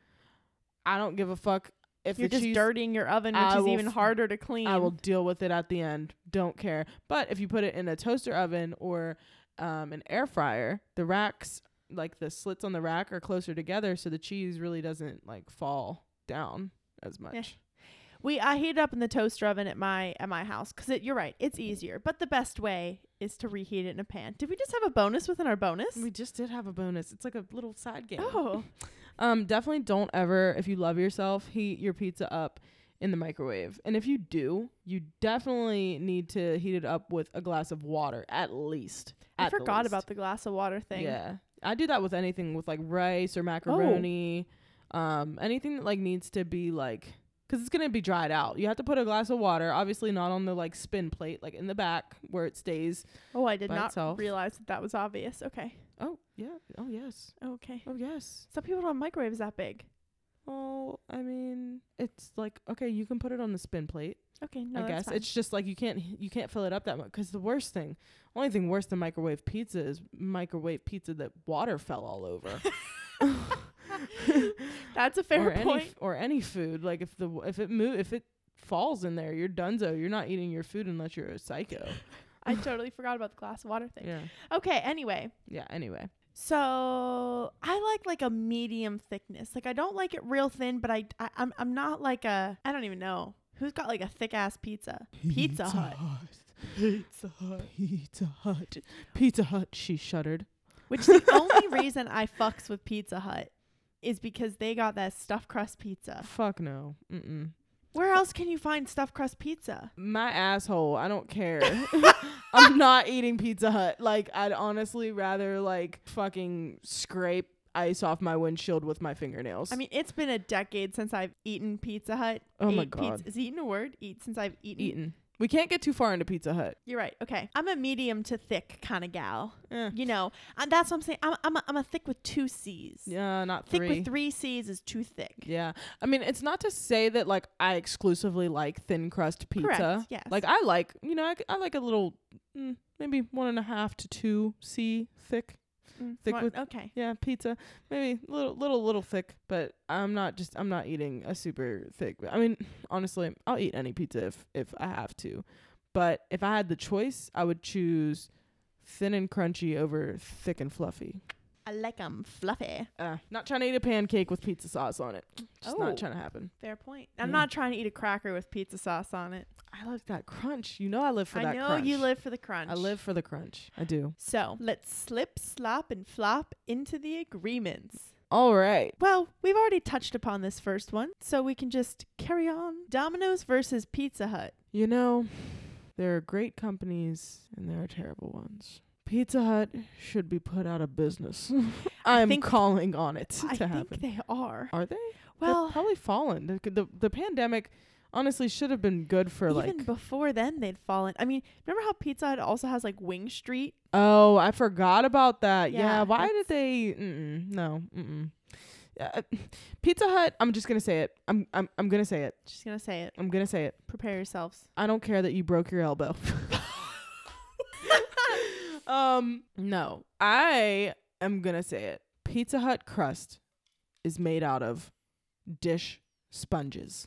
Speaker 1: I don't give a fuck if
Speaker 2: you're
Speaker 1: the
Speaker 2: just
Speaker 1: cheese.
Speaker 2: dirtying your oven which
Speaker 1: I
Speaker 2: is
Speaker 1: will
Speaker 2: even
Speaker 1: f-
Speaker 2: harder to clean
Speaker 1: I will deal with it at the end. Don't care. But if you put it in a toaster oven or um, an air fryer, the racks, like the slits on the rack, are closer together, so the cheese really doesn't like fall down as much.
Speaker 2: We I heat it up in the toaster oven at my at my house because you're right, it's easier. But the best way is to reheat it in a pan. Did we just have a bonus within our bonus?
Speaker 1: We just did have a bonus. It's like a little side game.
Speaker 2: oh,
Speaker 1: Um, definitely don't ever, if you love yourself, heat your pizza up in the microwave. And if you do, you definitely need to heat it up with a glass of water at least.
Speaker 2: I
Speaker 1: At the
Speaker 2: forgot
Speaker 1: least.
Speaker 2: about the glass of water thing.
Speaker 1: Yeah, I do that with anything with like rice or macaroni, um, anything that like needs to be like, cause it's gonna be dried out. You have to put a glass of water, obviously not on the like spin plate, like in the back where it stays.
Speaker 2: Oh, I did
Speaker 1: By
Speaker 2: not
Speaker 1: itself.
Speaker 2: realize that that was obvious. Okay.
Speaker 1: Oh yeah. Oh yes.
Speaker 2: Okay.
Speaker 1: Oh yes.
Speaker 2: Some people don't have microwaves that big.
Speaker 1: Well, I mean, it's like okay, you can put it on the spin plate.
Speaker 2: Okay, no,
Speaker 1: I
Speaker 2: that's
Speaker 1: guess
Speaker 2: fine.
Speaker 1: it's just like you can't you can't fill it up that much because the worst thing, only thing worse than microwave pizza is microwave pizza that water fell all over.
Speaker 2: that's a fair
Speaker 1: or Any,
Speaker 2: point.
Speaker 1: f- or any food like if the if it move if it falls in there, you're dunzo. You're not eating your food unless you're a psycho.
Speaker 2: I totally forgot about the glass of water thing.
Speaker 1: yeah.
Speaker 2: Okay. Anyway,
Speaker 1: Yeah. Anyway.
Speaker 2: So I like like a medium thickness. Like I don't like it real thin, but I, I I'm I'm not like a I don't even know who's got like a thick ass pizza. Pizza Hut,
Speaker 1: Pizza Hut. Pizza Hut. Pizza Hut. She shuddered.
Speaker 2: which is the only reason I fucks with Pizza Hut is because they got that stuffed crust pizza.
Speaker 1: Uh, Fuck no. Mm-mm.
Speaker 2: Where else can you find stuffed crust pizza?
Speaker 1: my asshole. I don't care. I'm not eating Pizza Hut. Like I'd honestly rather like fucking scrape ice off my windshield with my fingernails.
Speaker 2: I mean, it's been a decade since I've eaten Pizza Hut.
Speaker 1: Oh my
Speaker 2: Ate
Speaker 1: God.
Speaker 2: is eaten a word? Eat since I've eaten.
Speaker 1: eaten. We can't get too far into Pizza Hut.
Speaker 2: You're right. Okay, I'm a medium to thick kind of gal.
Speaker 1: Eh.
Speaker 2: You know, and that's what I'm saying. I'm I'm a, I'm a thick with two C's.
Speaker 1: Yeah, not
Speaker 2: thick
Speaker 1: three.
Speaker 2: with three C's is too thick.
Speaker 1: Yeah. I mean, it's not to say that like I exclusively like thin crust pizza.
Speaker 2: Correct, yes.
Speaker 1: Like I like, you know, I, c- I like a little mm, maybe one and a half to two C thick.
Speaker 2: Mm,
Speaker 1: Thick
Speaker 2: one-
Speaker 1: with-
Speaker 2: okay.
Speaker 1: Yeah, pizza. Maybe little little little thick, but I'm not just I'm not eating a super thick. I mean, honestly, I'll eat any pizza if if I have to. But if I had the choice, I would choose thin and crunchy over thick and fluffy.
Speaker 2: I like 'em fluffy.
Speaker 1: Uh, not trying to eat a pancake with pizza sauce on it. Just
Speaker 2: Oh.
Speaker 1: not trying to happen.
Speaker 2: Fair point. I'm
Speaker 1: Yeah.
Speaker 2: not trying to eat a cracker with pizza sauce on it.
Speaker 1: I like that crunch. You know I live for
Speaker 2: I
Speaker 1: that
Speaker 2: know
Speaker 1: crunch.
Speaker 2: you live for the crunch.
Speaker 1: I live for the crunch. I do.
Speaker 2: So let's slip, slop, and flop into the agreements.
Speaker 1: All right.
Speaker 2: Well, we've already touched upon this first one, so we can just carry on. Domino's versus Pizza Hut.
Speaker 1: You know, there are great companies and there are terrible ones. Pizza Hut should be put out of business. I'm
Speaker 2: think-
Speaker 1: calling on it to
Speaker 2: I think
Speaker 1: happen.
Speaker 2: they are.
Speaker 1: Are they? They're
Speaker 2: Well,
Speaker 1: probably fallen. The, the the pandemic honestly should have been good for
Speaker 2: even
Speaker 1: like.
Speaker 2: before then, they'd fallen. I mean, remember how Pizza Hut also has like Wing Street?
Speaker 1: oh, I forgot about that. Yeah.
Speaker 2: Yeah,
Speaker 1: why did they? Mm-mm, no. Mm-mm. Uh, Pizza Hut. I'm just gonna say it. I'm I'm I'm gonna say it.
Speaker 2: Just gonna say it.
Speaker 1: I'm gonna say it.
Speaker 2: Prepare yourselves.
Speaker 1: I don't care that you broke your elbow. um, no. I am going to say it. Pizza Hut crust is made out of dish sponges.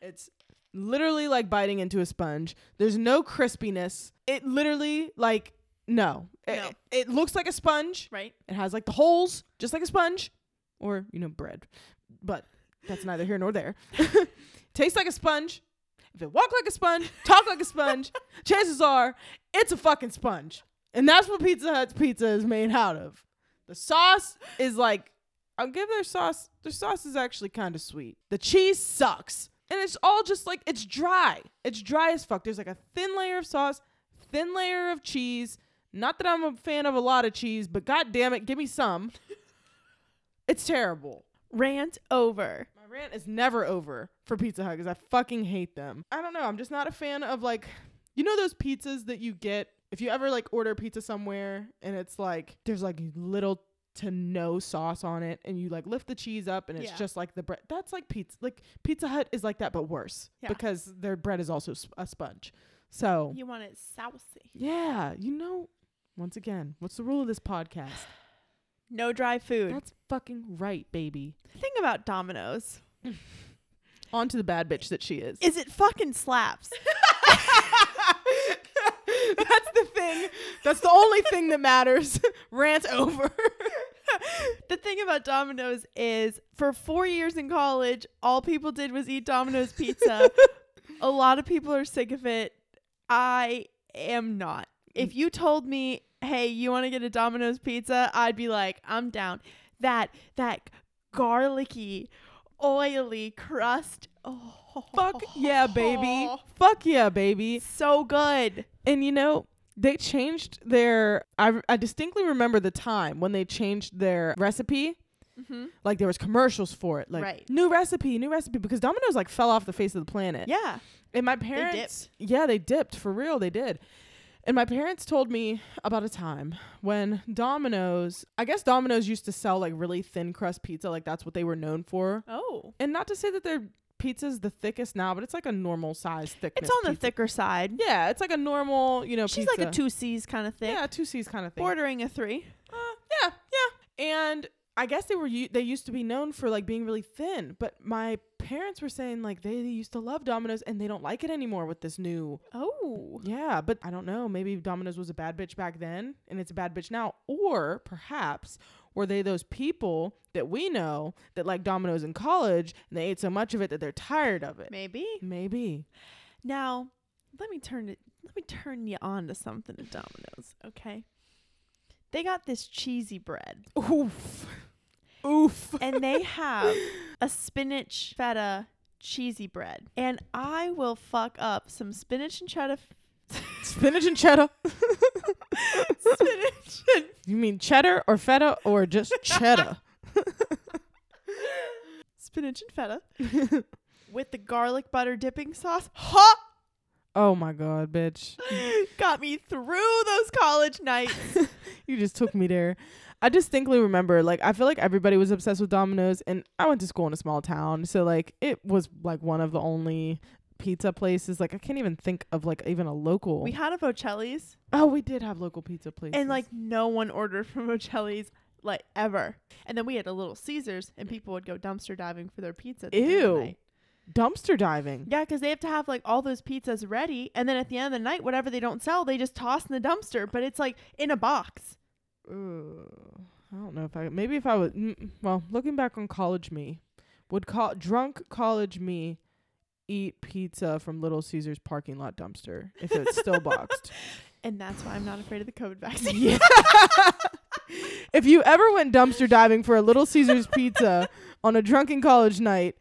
Speaker 1: it's literally like biting into a sponge. There's no crispiness. It literally like no. It,
Speaker 2: No.
Speaker 1: it looks like a sponge.
Speaker 2: right?
Speaker 1: It has like the holes, just like a sponge, or you know, bread. But that's neither here nor there. Tastes like a sponge. If it walk like a sponge, talk like a sponge, chances are it's a fucking sponge. And that's what Pizza Hut's pizza is made out of. The sauce is like I'll give their sauce. Their sauce is actually kind of sweet. The cheese sucks. And it's all just like it's dry. It's dry as fuck. There's like a thin layer of sauce, thin layer of cheese. Not that I'm a fan of a lot of cheese, but god damn it, give me some. It's terrible.
Speaker 2: Rant over.
Speaker 1: My rant is never over for Pizza Hut because I fucking hate them. I don't know. I'm just not a fan of like, you know, those pizzas that you get if you ever like order pizza somewhere and it's like there's like little to no sauce on it and you like lift the cheese up and it's
Speaker 2: Yeah.
Speaker 1: just like the bread. That's like pizza. Like Pizza Hut is like that but worse
Speaker 2: Yeah.
Speaker 1: because their bread is also s- a sponge. So
Speaker 2: You want it saucy.
Speaker 1: yeah, you know. Once again, what's the rule of this podcast?
Speaker 2: No dry food.
Speaker 1: That's fucking right, baby.
Speaker 2: the thing about Domino's
Speaker 1: On to the bad bitch that she is.
Speaker 2: is it fucking slaps.
Speaker 1: That's the thing. That's the only thing that matters. Rant over.
Speaker 2: the thing about Domino's is for four years in college, all people did was eat Domino's pizza. a lot of people are sick of it. I am not. If you told me, hey, you want to get a Domino's pizza, I'd be like, I'm down. That that garlicky, oily crust. Oh,
Speaker 1: Fuck yeah, baby. Fuck yeah, baby.
Speaker 2: So good.
Speaker 1: And you know, they changed their. I, I distinctly remember the time when they changed their recipe. Like there was commercials for it, like
Speaker 2: Right.
Speaker 1: new recipe, new recipe, because Domino's like fell off the face of the planet.
Speaker 2: Yeah.
Speaker 1: And my parents, yeah, they dipped for real. They did. And my parents told me about a time when Domino's, I guess Domino's used to sell like really thin crust pizza, like that's what they were known for.
Speaker 2: Oh.
Speaker 1: And not to say that their pizza's the thickest now, but it's like a normal size thickness.
Speaker 2: It's on the
Speaker 1: pizza.
Speaker 2: thicker side.
Speaker 1: Yeah, it's like a normal, you know,
Speaker 2: She's
Speaker 1: pizza.
Speaker 2: like a two C's kind of thing.
Speaker 1: Yeah, two C's kind of thing.
Speaker 2: Bordering a three.
Speaker 1: Uh, yeah, yeah. And I guess they were u- they used to be known for like being really thin, but my parents were saying like they used to love Domino's and they don't like it anymore with this new
Speaker 2: Oh.
Speaker 1: Yeah, but I don't know. Maybe Domino's was a bad bitch back then and it's a bad bitch now. Or perhaps were they those people that we know that like Domino's in college and they ate so much of it that they're tired of it?
Speaker 2: Maybe.
Speaker 1: Maybe.
Speaker 2: Now, let me turn it let me turn you on to something at Domino's, okay? They got this cheesy bread
Speaker 1: Oof. Oof.
Speaker 2: and they have a spinach feta cheesy bread. And I will fuck up some spinach and cheddar
Speaker 1: Spinach and cheddar.
Speaker 2: spinach and
Speaker 1: You mean cheddar or feta or just cheddar?
Speaker 2: spinach and feta with the garlic butter dipping sauce. Ha!
Speaker 1: oh my god, bitch.
Speaker 2: Got me through those college nights.
Speaker 1: You just took me there. I distinctly remember, like, I feel like everybody was obsessed with Domino's, and I went to school in a small town, so like, it was like one of the only pizza places. Like, I can't even think of like even a local.
Speaker 2: we had a Vocelli's
Speaker 1: oh, we did have local pizza places,
Speaker 2: and like no one ordered from Vocelli's like ever. And then we had a Little Caesars and people would go dumpster diving for their pizza. at the end of the
Speaker 1: Ew.
Speaker 2: night.
Speaker 1: dumpster diving.
Speaker 2: Yeah, because they have to have like all those pizzas ready, and then at the end of the night, whatever they don't sell, they just toss in the dumpster. But it's like in a box.
Speaker 1: Ugh. I don't know if I maybe if I was mm, well looking back on college me would call drunk college me eat pizza from Little Caesars parking lot dumpster if it's still boxed.
Speaker 2: And that's why I'm not afraid of the COVID vaccine.
Speaker 1: Yeah. if you ever went dumpster diving for a Little Caesars pizza on a drunken college night,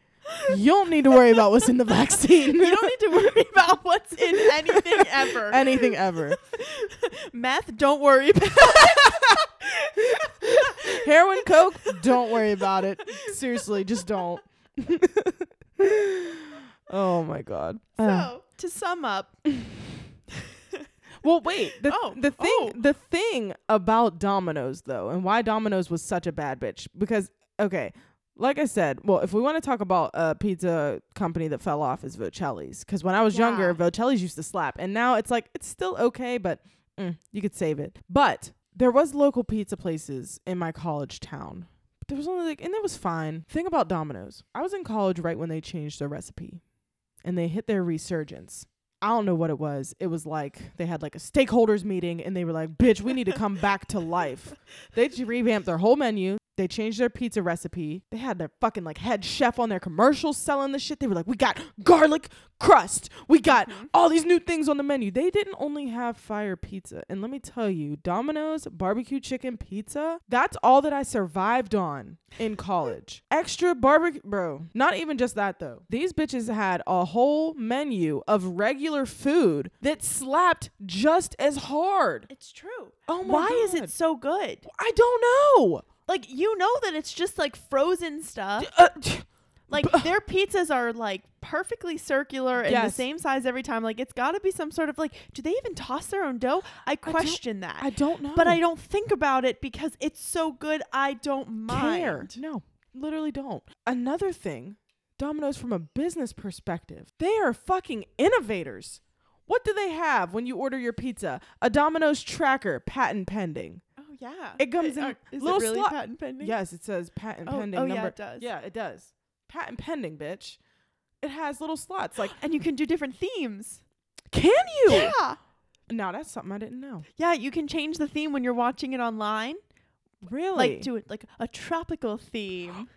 Speaker 1: You don't need to worry about what's in the vaccine.
Speaker 2: You don't need to worry about what's in anything ever.
Speaker 1: anything ever.
Speaker 2: Meth, don't worry about
Speaker 1: Heroin, coke, don't worry about it. Seriously, just don't. oh my god. Uh,
Speaker 2: So, to sum up,
Speaker 1: well, wait. The,
Speaker 2: Oh,
Speaker 1: the thing,
Speaker 2: oh.
Speaker 1: the thing about Domino's though, and why Domino's was such a bad bitch, because okay, like I said, well, if we want to talk about a pizza company that fell off is Vocelli's, because when I was younger,
Speaker 2: Yeah.
Speaker 1: Vocelli's used to slap, and now it's like it's still okay, but mm, you could save it. But there was local pizza places in my college town. But there was only like, and it was fine. Thing about Domino's, I was in college right when they changed their recipe, and they hit their resurgence. I don't know what it was. It was like they had like a stakeholders meeting and they were like, "Bitch, we need to come back to life." They just revamped their whole menu. They changed their pizza recipe. They had their fucking like head chef on their commercials selling the shit. They were like, "We got garlic crust. We got all these new things on the menu." They didn't only have fire pizza. And let me tell you, Domino's barbecue chicken pizza, that's all that I survived on in college. Extra barbecue, bro. Not even just that though. These bitches had a whole menu of regular food that slapped just as hard.
Speaker 2: it's true.
Speaker 1: Oh my
Speaker 2: Why is
Speaker 1: God.
Speaker 2: it so good?
Speaker 1: I don't know.
Speaker 2: Like you know that it's just like frozen stuff.
Speaker 1: Uh,
Speaker 2: Like their pizzas are like perfectly circular and
Speaker 1: Yes.
Speaker 2: the same size every time. Like it's got to be some sort of like do they even toss their own dough? I question that.
Speaker 1: I don't know.
Speaker 2: But I don't think about it because it's so good I don't mind.
Speaker 1: care. No, literally don't. Another thing, Domino's from a business perspective, they are fucking innovators. What do they have when you order your pizza? A Domino's tracker, patent pending.
Speaker 2: Oh yeah.
Speaker 1: It comes in
Speaker 2: are- is
Speaker 1: little
Speaker 2: it really
Speaker 1: sli-
Speaker 2: patent pending?
Speaker 1: Yes, it says patent
Speaker 2: Oh,
Speaker 1: pending.
Speaker 2: oh, yeah,
Speaker 1: number.
Speaker 2: it does.
Speaker 1: Yeah, it does. Patent pending, bitch. It has little slots. Like,
Speaker 2: And you can do different themes.
Speaker 1: can you?
Speaker 2: Yeah.
Speaker 1: No, that's something I didn't know.
Speaker 2: Yeah, you can change the theme when you're watching it online.
Speaker 1: Really?
Speaker 2: Like do it like a tropical theme.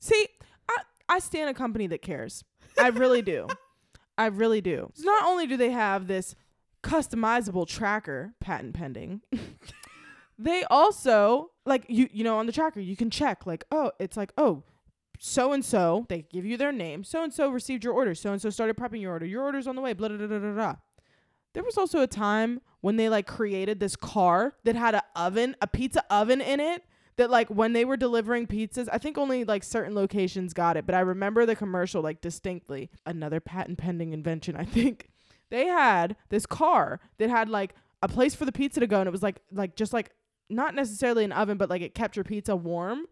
Speaker 1: See, I, I stand a company that cares. I really do. I really do. So not only do they have this customizable tracker, patent pending, they also like you you know on the tracker you can check like oh it's like oh so and so they give you their name so and so received your order so and so started prepping your order your order's on the way blah blah blah blah blah. blah. There was also a time when they like created this car that had a oven, a pizza oven in it. That like when they were delivering pizzas, I think only like certain locations got it, but I remember the commercial like distinctly. Another patent pending invention, I think. They had this car that had like a place for the pizza to go, and it was like like just like not necessarily an oven, but like it kept your pizza warm.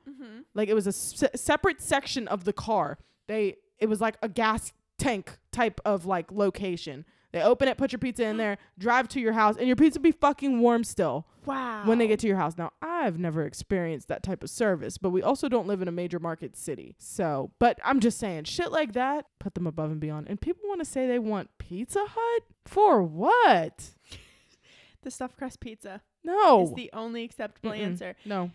Speaker 1: Like it was a se- separate section of the car. They it was like a gas tank type of like location. They open it, put your pizza in there, drive to your house, and your pizza be fucking warm still
Speaker 2: Wow.
Speaker 1: when they get to your house. Now, I've never experienced that type of service, but we also don't live in a major market city. So, but I'm just saying, shit like that, put them above and beyond. And people want to say they want Pizza Hut for what?
Speaker 2: the stuffed crust pizza
Speaker 1: No,
Speaker 2: is the only acceptable
Speaker 1: Oh. Mm-mm.
Speaker 2: answer.
Speaker 1: no,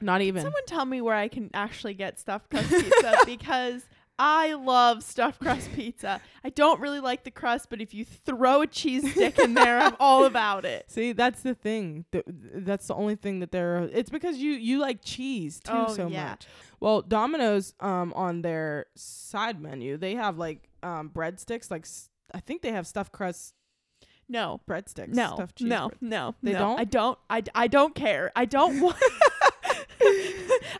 Speaker 1: not even.
Speaker 2: Someone tell me where I can actually get stuffed crust pizza because I love stuffed crust pizza. I don't really like the crust, but if you throw a cheese stick in there, I'm all about it.
Speaker 1: See, that's the thing. Th- That's the only thing that they're. It's because you you like cheese too
Speaker 2: Oh,
Speaker 1: so
Speaker 2: yeah.
Speaker 1: much. Well, Domino's um on their side menu they have like um breadsticks. Like s- I think they have stuffed crust
Speaker 2: No.
Speaker 1: breadsticks.
Speaker 2: No,
Speaker 1: stuffed cheese
Speaker 2: no,
Speaker 1: bread-
Speaker 2: no,
Speaker 1: They
Speaker 2: no.
Speaker 1: don't?
Speaker 2: I don't. I, d- I don't care. I don't want.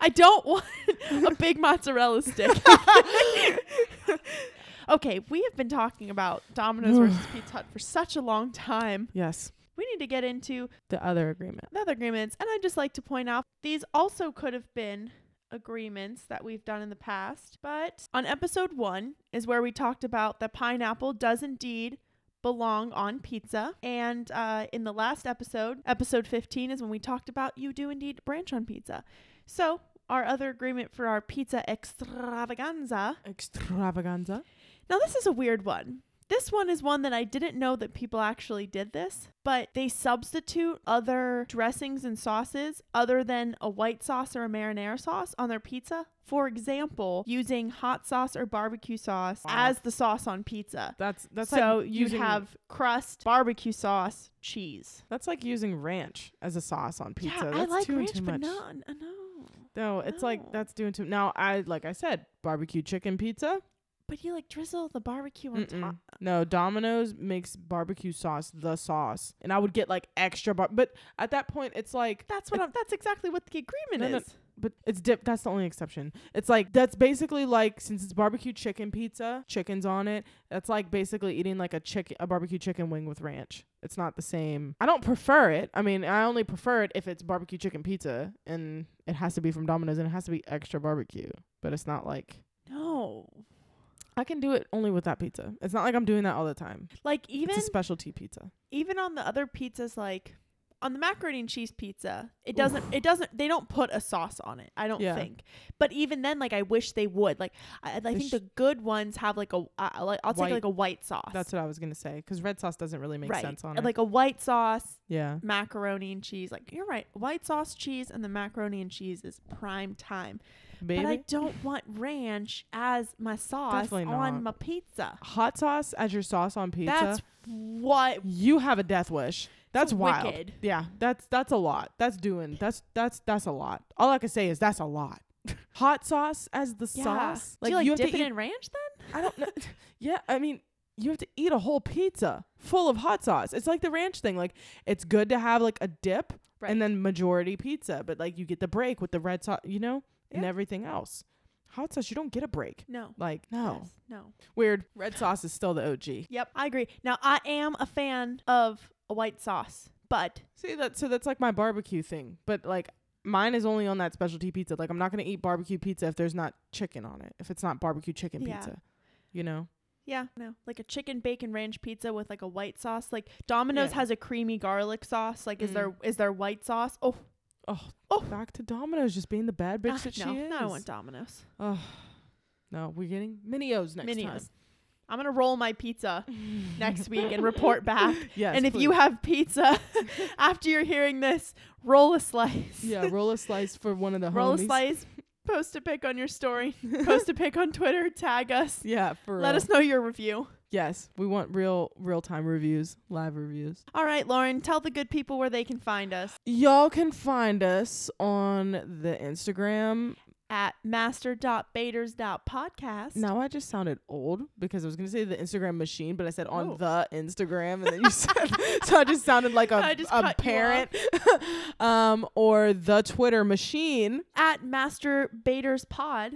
Speaker 2: I don't want a big mozzarella stick. okay, we have been talking about Domino's versus Pizza Hut for such a long time.
Speaker 1: Yes,
Speaker 2: We need to get into
Speaker 1: the other agreement.
Speaker 2: the other agreements, and I'd just like to point out these also could have been agreements that we've done in the past. But on episode one is where we talked about that pineapple does indeed belong on pizza. And uh, in the last episode, episode 15, is when we talked about you do indeed branch on pizza. So our other agreement for our pizza extravaganza.
Speaker 1: Extravaganza.
Speaker 2: Now, this is a weird one This one is one that I didn't know that people actually did this, but they substitute other dressings and sauces other than a white sauce or a marinara sauce on their pizza. For example, using hot sauce or barbecue sauce as the sauce on pizza.
Speaker 1: That's that's
Speaker 2: so
Speaker 1: like
Speaker 2: you'd
Speaker 1: using-
Speaker 2: have crust, barbecue sauce, cheese.
Speaker 1: that's like using ranch as a sauce on pizza.
Speaker 2: yeah,
Speaker 1: that's
Speaker 2: I like
Speaker 1: too,
Speaker 2: ranch,
Speaker 1: too
Speaker 2: but
Speaker 1: much.
Speaker 2: not. uh, No.
Speaker 1: No, it's
Speaker 2: No.
Speaker 1: like that's doing too. Now I like I said barbecue chicken pizza.
Speaker 2: But you like drizzle the barbecue on
Speaker 1: Mm-mm.
Speaker 2: top.
Speaker 1: No, Domino's makes barbecue sauce the sauce, and I would get like extra. Bar- but at that point, it's like
Speaker 2: That's what I'm, that's exactly what the agreement
Speaker 1: No, no.
Speaker 2: is.
Speaker 1: but it's dip. That's the only exception. It's like that's basically like since it's barbecue chicken pizza, chicken's on it. That's like basically eating like a chicken, a barbecue chicken wing with ranch. It's not the same. I don't prefer it. I mean, I only prefer it if it's barbecue chicken pizza, and it has to be from Domino's, and it has to be extra barbecue. But it's not like
Speaker 2: No.
Speaker 1: I can do it only with that pizza. It's not like I'm doing that all the time.
Speaker 2: Like even
Speaker 1: it's a specialty pizza.
Speaker 2: even on the other pizzas like on the macaroni and cheese pizza, it doesn't it doesn't they don't put a sauce on it. I don't
Speaker 1: Yeah.
Speaker 2: think. But even then like I wish they would. Like I, I think
Speaker 1: sh-
Speaker 2: the good ones have like a uh, like, I'll
Speaker 1: White.
Speaker 2: take like a white sauce.
Speaker 1: That's what I was gonna say. 'Cause red sauce doesn't really make
Speaker 2: right.
Speaker 1: sense on
Speaker 2: And,
Speaker 1: it.
Speaker 2: Like a white sauce,
Speaker 1: yeah,
Speaker 2: macaroni and cheese. Like you're right. White sauce, cheese and the macaroni and cheese is prime time. But I
Speaker 1: baby.
Speaker 2: don't want ranch as my sauce
Speaker 1: Definitely
Speaker 2: on
Speaker 1: not.
Speaker 2: my pizza.
Speaker 1: Hot sauce as your sauce on pizza.
Speaker 2: That's what
Speaker 1: you have a death wish. That's wild.
Speaker 2: wicked.
Speaker 1: Yeah, that's that's a lot. That's doing that's that's that's a lot. All I can say is that's a lot. Hot sauce as the sauce.
Speaker 2: Like, Do you like
Speaker 1: have
Speaker 2: dip
Speaker 1: to
Speaker 2: it
Speaker 1: eat,
Speaker 2: in ranch then?
Speaker 1: I don't know. yeah, I mean, you have to eat a whole pizza full of hot sauce. It's like the ranch thing. Like it's good to have like a dip
Speaker 2: Right.
Speaker 1: and then majority pizza, but like you get the break with the red sauce, you know, and everything else. Hot sauce, you don't get a break.
Speaker 2: No.
Speaker 1: Like no.
Speaker 2: Yes. No.
Speaker 1: Weird. Red sauce is still the OG.
Speaker 2: Yep, I agree. Now I am a fan of a white sauce, but
Speaker 1: See that so that's like my barbecue thing. But like mine is only on that specialty pizza. Like I'm not gonna eat barbecue pizza if there's not chicken on it. If it's not barbecue chicken
Speaker 2: Yeah.
Speaker 1: pizza. You know?
Speaker 2: yeah, no. Like a chicken bacon ranch pizza with like a white sauce. Like Domino's
Speaker 1: Yeah. Mm.
Speaker 2: has a creamy garlic sauce. Like is there is there white sauce? Oh,
Speaker 1: Oh,
Speaker 2: Oh.
Speaker 1: back to Domino's just being the bad bitch
Speaker 2: ah,
Speaker 1: that
Speaker 2: no.
Speaker 1: she is.
Speaker 2: No, I want Domino's.
Speaker 1: Oh no, we're getting Minios next time.
Speaker 2: Minios. I'm going to roll my pizza next week and report back.
Speaker 1: Yes,
Speaker 2: and if you
Speaker 1: please.
Speaker 2: have pizza after you're hearing this, roll a slice.
Speaker 1: Yeah, roll a slice for one of the
Speaker 2: roll a
Speaker 1: homies.
Speaker 2: slice. Post a pic on your story. Post a pic on Twitter. Tag us.
Speaker 1: Yeah, for
Speaker 2: Let
Speaker 1: real.
Speaker 2: us know your review.
Speaker 1: Yes, we want real real time reviews, live reviews.
Speaker 2: All right, Lauren, tell the good people where they can find us
Speaker 1: Y'all can find us on the Instagram.
Speaker 2: at master.baders.podcast.
Speaker 1: Now I just sounded old because I was gonna say the Instagram machine, but I said on
Speaker 2: Oh.
Speaker 1: the Instagram, and then you said so. I just sounded like a,
Speaker 2: I just
Speaker 1: a
Speaker 2: cut you
Speaker 1: parent, um, or the Twitter machine,
Speaker 2: At Master Baders Pod.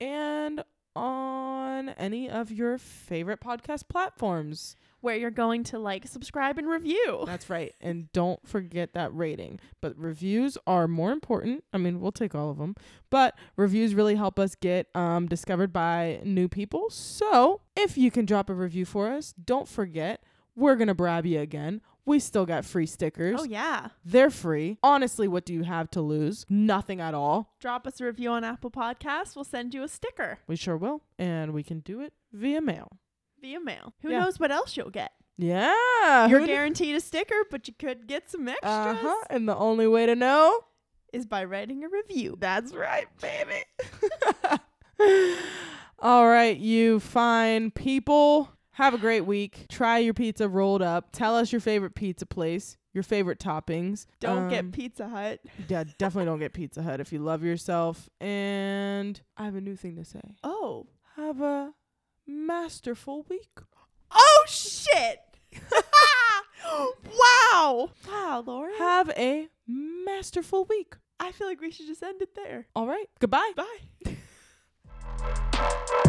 Speaker 1: and on any of your favorite podcast platforms.
Speaker 2: Where you're going to like, subscribe, and review.
Speaker 1: That's right, and don't forget that rating. But reviews are more important. I mean, we'll take all of them, but reviews really help us get um, discovered by new people. So if you can drop a review for us, don't forget we're gonna brab you again. We still got free stickers.
Speaker 2: Oh, yeah.
Speaker 1: They're free. Honestly, what do you have to lose? Nothing at all.
Speaker 2: Drop us a review on Apple Podcasts. We'll send you a sticker
Speaker 1: We sure will, and we can do it via mail.
Speaker 2: via mail. Who
Speaker 1: Yeah.
Speaker 2: knows what else you'll get?
Speaker 1: Yeah,
Speaker 2: You're
Speaker 1: who kn-
Speaker 2: guaranteed a sticker, but you could get some extras.
Speaker 1: Uh-huh. And the only way to know
Speaker 2: Is by writing a review.
Speaker 1: That's right, baby. All right, you fine people. Have a great week. Try your pizza rolled up. Tell us your favorite pizza place, your favorite toppings.
Speaker 2: Don't
Speaker 1: Um,
Speaker 2: get Pizza Hut.
Speaker 1: yeah, definitely don't get Pizza Hut if you love yourself. And I have a new thing to say.
Speaker 2: Oh.
Speaker 1: Have a masterful week.
Speaker 2: Oh, shit. wow. Wow, Lauren.
Speaker 1: Have a masterful week.
Speaker 2: I feel like we should just end it there.
Speaker 1: All right. Goodbye. Bye.
Speaker 6: Bye.